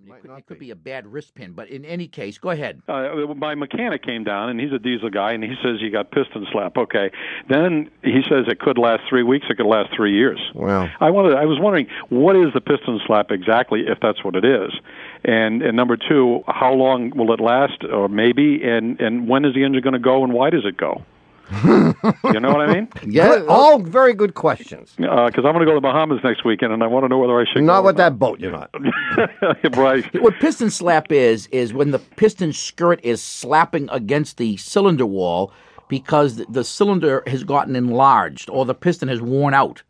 mean, Might it could, not it could be. be a bad wrist pin, but in any case, go ahead. uh, my mechanic came down and he's a diesel guy and he says you got piston slap okay then he says it could last three weeks it could last three years Wow. i wanted i was wondering what is the piston slap exactly if that's what it is and and number two how long will it last or maybe and and when is the engine going to go and why does it go you know what i mean Good- all very good questions. because i'm going to go to the bahamas next weekend and i want to know whether i should go Not or with that boat, you're not. not. right What piston slap is is when the piston skirt is slapping against the cylinder wall because the, the cylinder has gotten enlarged or the piston has worn out.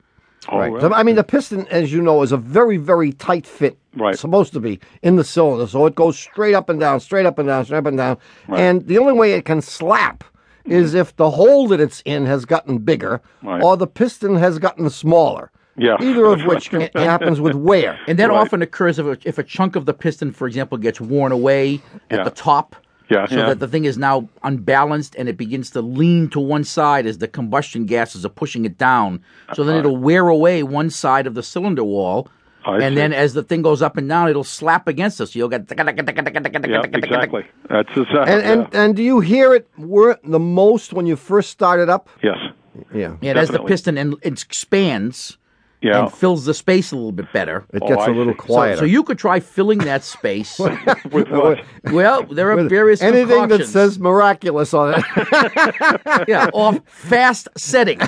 Oh, right. well. So, I mean, the piston, as you know, is a very, very tight fit. Right. It's supposed to be in the cylinder, so it goes straight up and down, straight up and down, straight up and down. And the only way it can slap is if the hole that it's in has gotten bigger Mm-hmm. Right. or the piston has gotten smaller. Yeah. Either of which ca- happens with wear. And that often occurs if a, if a chunk of the piston, for example, gets worn away at Yeah. the top. Yeah, so yeah. that the thing is now unbalanced and it begins to lean to one side as the combustion gases are pushing it down. So then it'll wear away one side of the cylinder wall. Uh-huh. I and see. then as the thing goes up and down, it'll slap against us. You'll get. yeah exactly that's exactly And, and, and do you hear it wor- the most when you first started up? yes Yeah. And as the Definitely. piston and it expands yeah and fills the space a little bit better. It Oh, gets I a little see. So- quieter. So you could try filling that space. with what? well, there are With various anything that concoctions. says miraculous on it. yeah, or fast setting.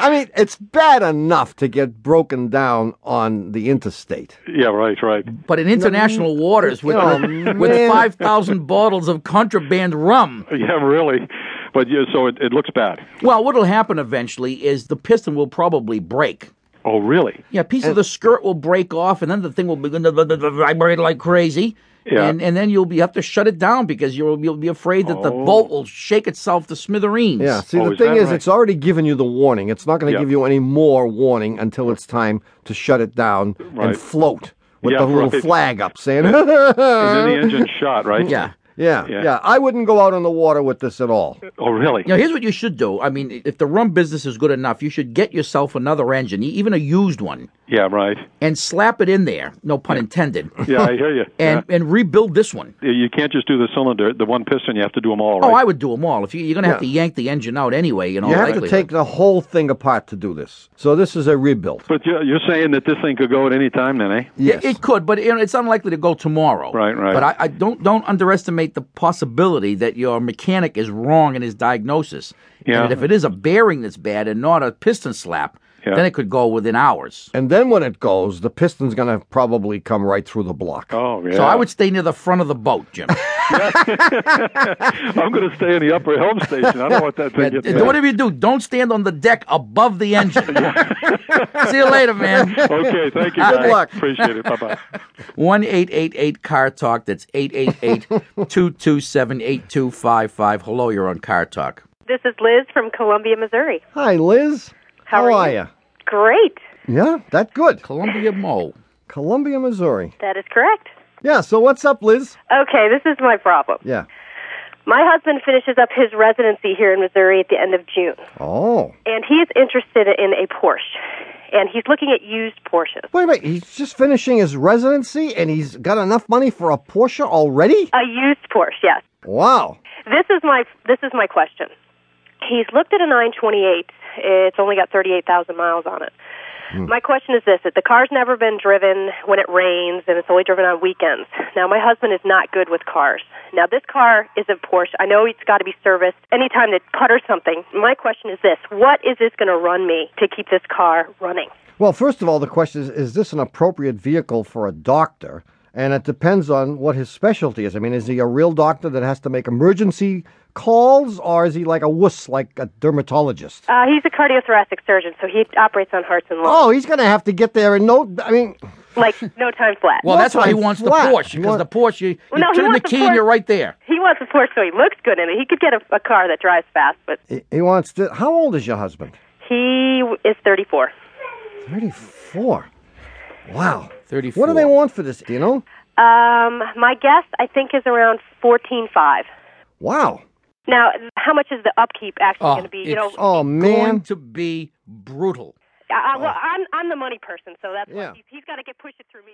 I mean, it's bad enough to get broken down on the interstate. Yeah, right, right. But in international waters with, Oh, with man. 5,000 bottles of contraband rum, Yeah, really. But yeah, so it, it looks bad. well, what'll happen eventually is the piston will probably break. Oh, really? Yeah, a piece of the skirt will break off, and then the thing will begin to vibrate like crazy. Yeah. And, and then you'll be have to shut it down because you'll you'll be afraid that the bolt will shake itself to smithereens. Yeah. See, Oh, the is thing that is, right? it's already given you the warning. It's not going to Yeah. give you any more warning until it's time to shut it down Right. and float with Yeah, the little right. flag up saying, And then the engine shot, right? Oh. Yeah. yeah, Yeah. yeah, I wouldn't go out on the water with this at all. Oh, really? Now, here's what you should do. I mean, if the rum business is good enough, you should get yourself another engine, e- even a used one, Yeah, right. and slap it in there. No pun intended. Yeah, I hear you. and and rebuild this one. yeah. You can't just do the cylinder, the one piston. You have to do them all, Oh, right? I would do them all. If you, you're going to have to yank the engine out anyway, you know. You have to take the whole thing apart to do this. So this is a rebuild. But you're, you're saying that this thing could go at any time, then, eh? Yes. It could, but you know, it's unlikely to go tomorrow. Right, right. But I, I don't don't underestimate the possibility that your mechanic is wrong in his diagnosis. Yeah. And if it is a bearing that's bad and not a piston slap, Yeah. then it could go within hours. and then when it goes, the piston's going to probably come right through the block. Oh, yeah. So I would stay near the front of the boat, Jim. I'm going to stay in the upper helm station. I don't want that thing And- to and get whatever you do, don't stand on the deck above the engine. See you later, man. Okay, thank you, Good guys. luck. Appreciate it. Bye bye. One eight eight eight Car Talk. That's 888-227-8255. Hello, you're on Car Talk. This is Liz from Columbia, Missouri. Hi, Liz. How are are you? you? Great. Yeah, that good. Columbia Mo. Columbia, Missouri. That is correct. Yeah, so what's up, Liz? Okay, this is my problem. Yeah. My husband finishes up his residency here in Missouri at the end of June, Oh. and he is interested in a Porsche, and he's looking at used Porsches. Wait a minute, he's just finishing his residency and he's got enough money for a Porsche already? A used Porsche, yes. Wow. This is my this is my question. He's looked at a 928. It's only got 38,000 miles on it. My question is this: that the car's never been driven when it rains, and it's only driven on weekends. Now, my husband is not good with cars. Now, this car is a Porsche. I know it's got to be serviced anytime they putter something. My question is this: what is this going to run me to keep this car running? Well, first of all, the question is is this an appropriate vehicle for a doctor? And it depends on what his specialty is. I mean, is he a real doctor that has to make emergency calls or is he like a wuss, like a dermatologist? Uh, he's a cardiothoracic surgeon, so he operates on hearts and lungs, Oh, he's going to have to get there and no. I mean, like no time flat. Well, that's why he Multi- wants the flat. Porsche because What- the Porsche you, you no, he turn the wants the key and Porsche. you're right there. He wants a Porsche, so he looks good in it. He could get a, a car that drives fast, but he, he wants to. How old is your husband? He is 34. 34. Wow. 34. What do they want for this? Do you know? Um, my guess, I think, is around 14.5. Wow. Now, how much is the upkeep actually Oh, going to be? You it's- know, Oh, Going man. to be brutal. I, I, well, I'm I'm the money person, so that's Yeah. why he's, he's got to get pushed it through me.